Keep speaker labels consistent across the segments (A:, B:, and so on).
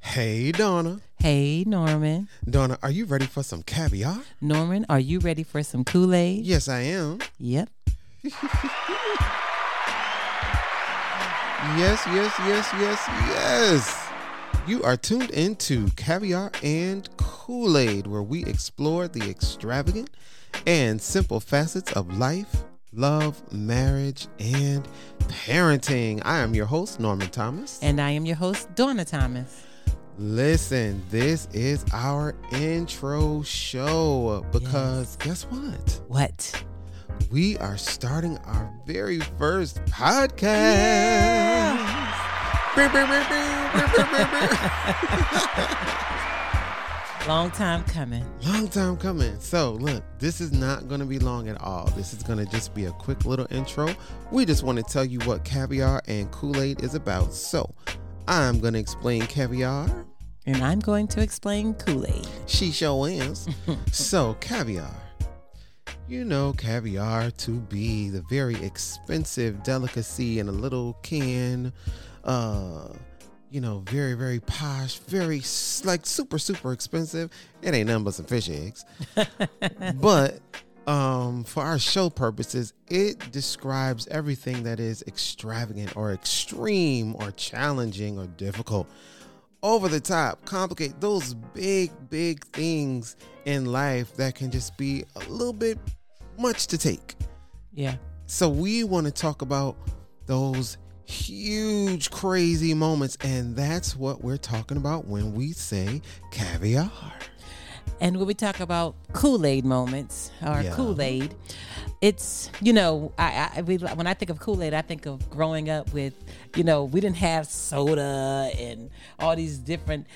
A: Hey, Donna.
B: Hey, Norman.
A: Donna, are you ready for some caviar?
B: Norman, are you ready for some Kool Aid?
A: Yes, I am.
B: Yep.
A: Yes, yes, yes, yes, yes. You are tuned into Caviar and Kool Aid, where we explore the extravagant and simple facets of life, love, marriage, and parenting. I am your host, Norman Thomas.
B: And I am your host, Donna Thomas.
A: Listen, this is our intro show because guess what?
B: What?
A: We are starting our very first podcast. Brr, brr, brr, brr, brr, brr, brr.
B: Long time coming.
A: long time coming. So, look, this is not going to be long at all. This is going to just be a quick little intro. We just want to tell you what caviar and Kool Aid is about. So, I'm going to explain caviar.
B: And I'm going to explain Kool Aid.
A: She sure is. so, caviar. You know caviar to be the very expensive delicacy in a little can, uh, you know, very, very posh, very s- like super, super expensive. It ain't nothing but some fish eggs. but um, for our show purposes, it describes everything that is extravagant or extreme or challenging or difficult over the top, complicate those big, big things in life that can just be a little bit much to take.
B: Yeah.
A: So we want to talk about those huge, crazy moments, and that's what we're talking about when we say caviar.
B: And when we talk about Kool Aid moments or
A: Yeah.
B: Kool Aid, it's you know I, I we, when I think of Kool Aid, I think of growing up with you know we didn't have soda and all these different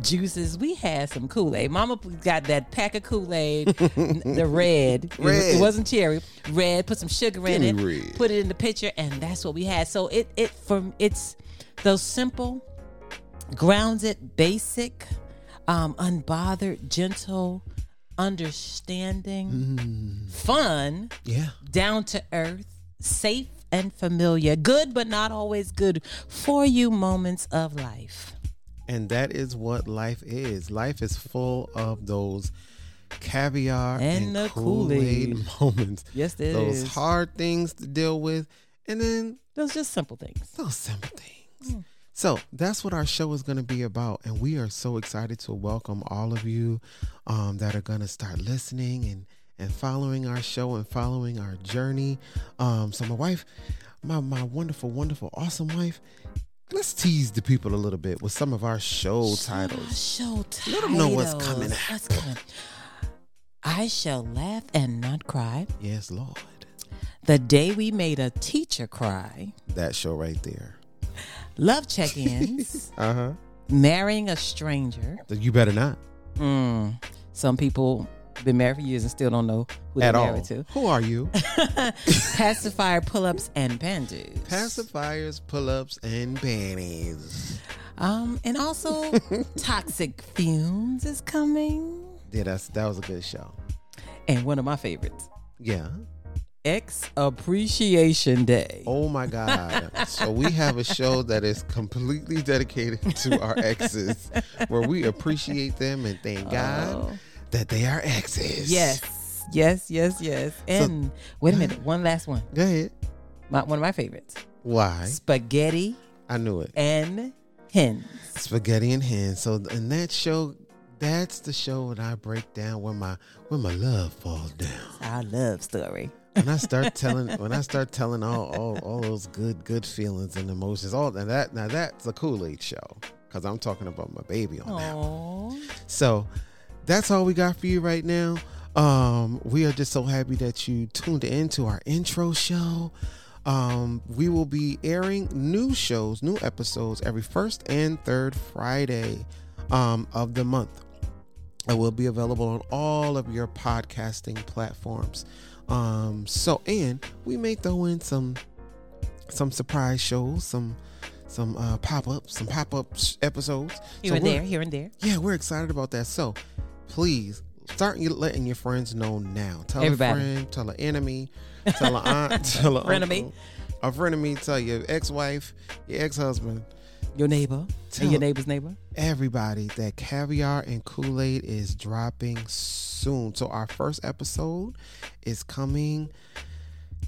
B: juices. We had some Kool Aid. Mama got that pack of Kool Aid, the red. It- It,
A: Red.
B: wasn't cherry. Red. Put some sugar in
A: Give
B: it.
A: me red.
B: Put it in the pitcher, and that's what we had. So it it from it's those simple grounded, basic, um, unbothered, gentle, understanding,
A: Mm.
B: fun,
A: Yeah.
B: down to earth, safe and familiar, good but not always good for you moments of life.
A: And that is what life is. Life is full of those caviar and,
B: And the
A: Kool-Aid, moments.
B: Yes, it
A: those
B: is.
A: hard things to deal with, and then
B: Those just simple things.
A: those simple things. So that's what our show is going to be about, and we are so excited to welcome all of you um, that are going to start listening and and following our show and following our journey. Um, so my wife, my my wonderful, wonderful, awesome wife, let's tease the people a little bit with some of our show titles.
B: Show titles.
A: Let 'em know what's coming up.
B: What's coming? I shall laugh and not cry.
A: Yes, Lord,
B: The day we made a teacher cry.
A: that show right there.
B: Love check-ins.
A: Uh huh.
B: marrying a stranger.
A: You better not
B: Mm. Some people been married for years and still don't know who they're
A: at all.
B: married to.
A: Who are you?
B: Pacifier pull-ups and bandages.
A: Pacifiers, pull-ups, and panties.
B: um, and also toxic fumes is coming.
A: Yeah, that's that was a good show.
B: And one of my favorites,
A: Yeah.
B: Ex Appreciation Day.
A: Oh my God. so we have a show that is completely dedicated to our exes, where we appreciate them and thank God
B: Oh.
A: that they are exes.
B: Yes, yes, yes, yes. And wait a minute, one last one.
A: Go ahead.
B: My, one of my favorites,
A: Why?
B: spaghetti
A: I knew it.
B: and hens.
A: Spaghetti and hand. So in that show, that's the show that I break down where my where my love falls down.
B: Our love story.
A: when I start telling when I start telling all all, all those good good feelings and emotions, all and that now that's a Kool Aid show because I'm talking about my baby on that.
B: Aww.
A: So that's all we got for you right now. Um, we are just so happy that you tuned in to our intro show. Um, we will be airing new shows, new episodes every first and third Friday um, of the month. It will be available on all of your podcasting platforms. Um, so, and we may throw in some some surprise shows, some some uh, pop ups, some pop up episodes
B: Here
A: So
B: and
A: we're-
B: there, here and there.
A: yeah, we're excited about that. So please start you- letting your friends know now. Tell
B: Everybody.
A: a friend, tell an enemy, tell an aunt, tell a
B: Frenemy.
A: uncle, a frenemy, tell your ex wife, your ex husband,
B: your neighbor
A: Tell-
B: and your neighbor's neighbor.
A: everybody that caviar and kool-aid is dropping soon so our first episode is coming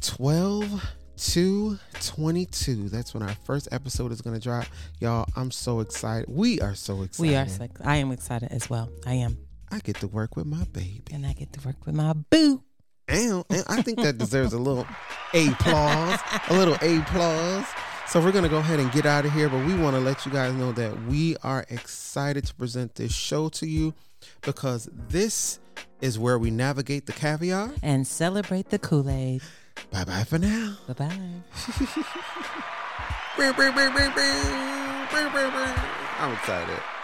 A: 12 to 22 that's when our first episode is gonna drop y'all i'm so excited we are so excited
B: We are sick. I am excited as well. I am.
A: i get to work with my baby
B: And I get to work with my boo.
A: and, and i think that deserves a little applause a little applause so we're gonna go ahead and get out of here but we want to let you guys know that we are excited to present this show to you because this is where we navigate the caviar
B: And celebrate the Kool-Aid.
A: bye bye for now
B: Bye-bye.
A: i'm excited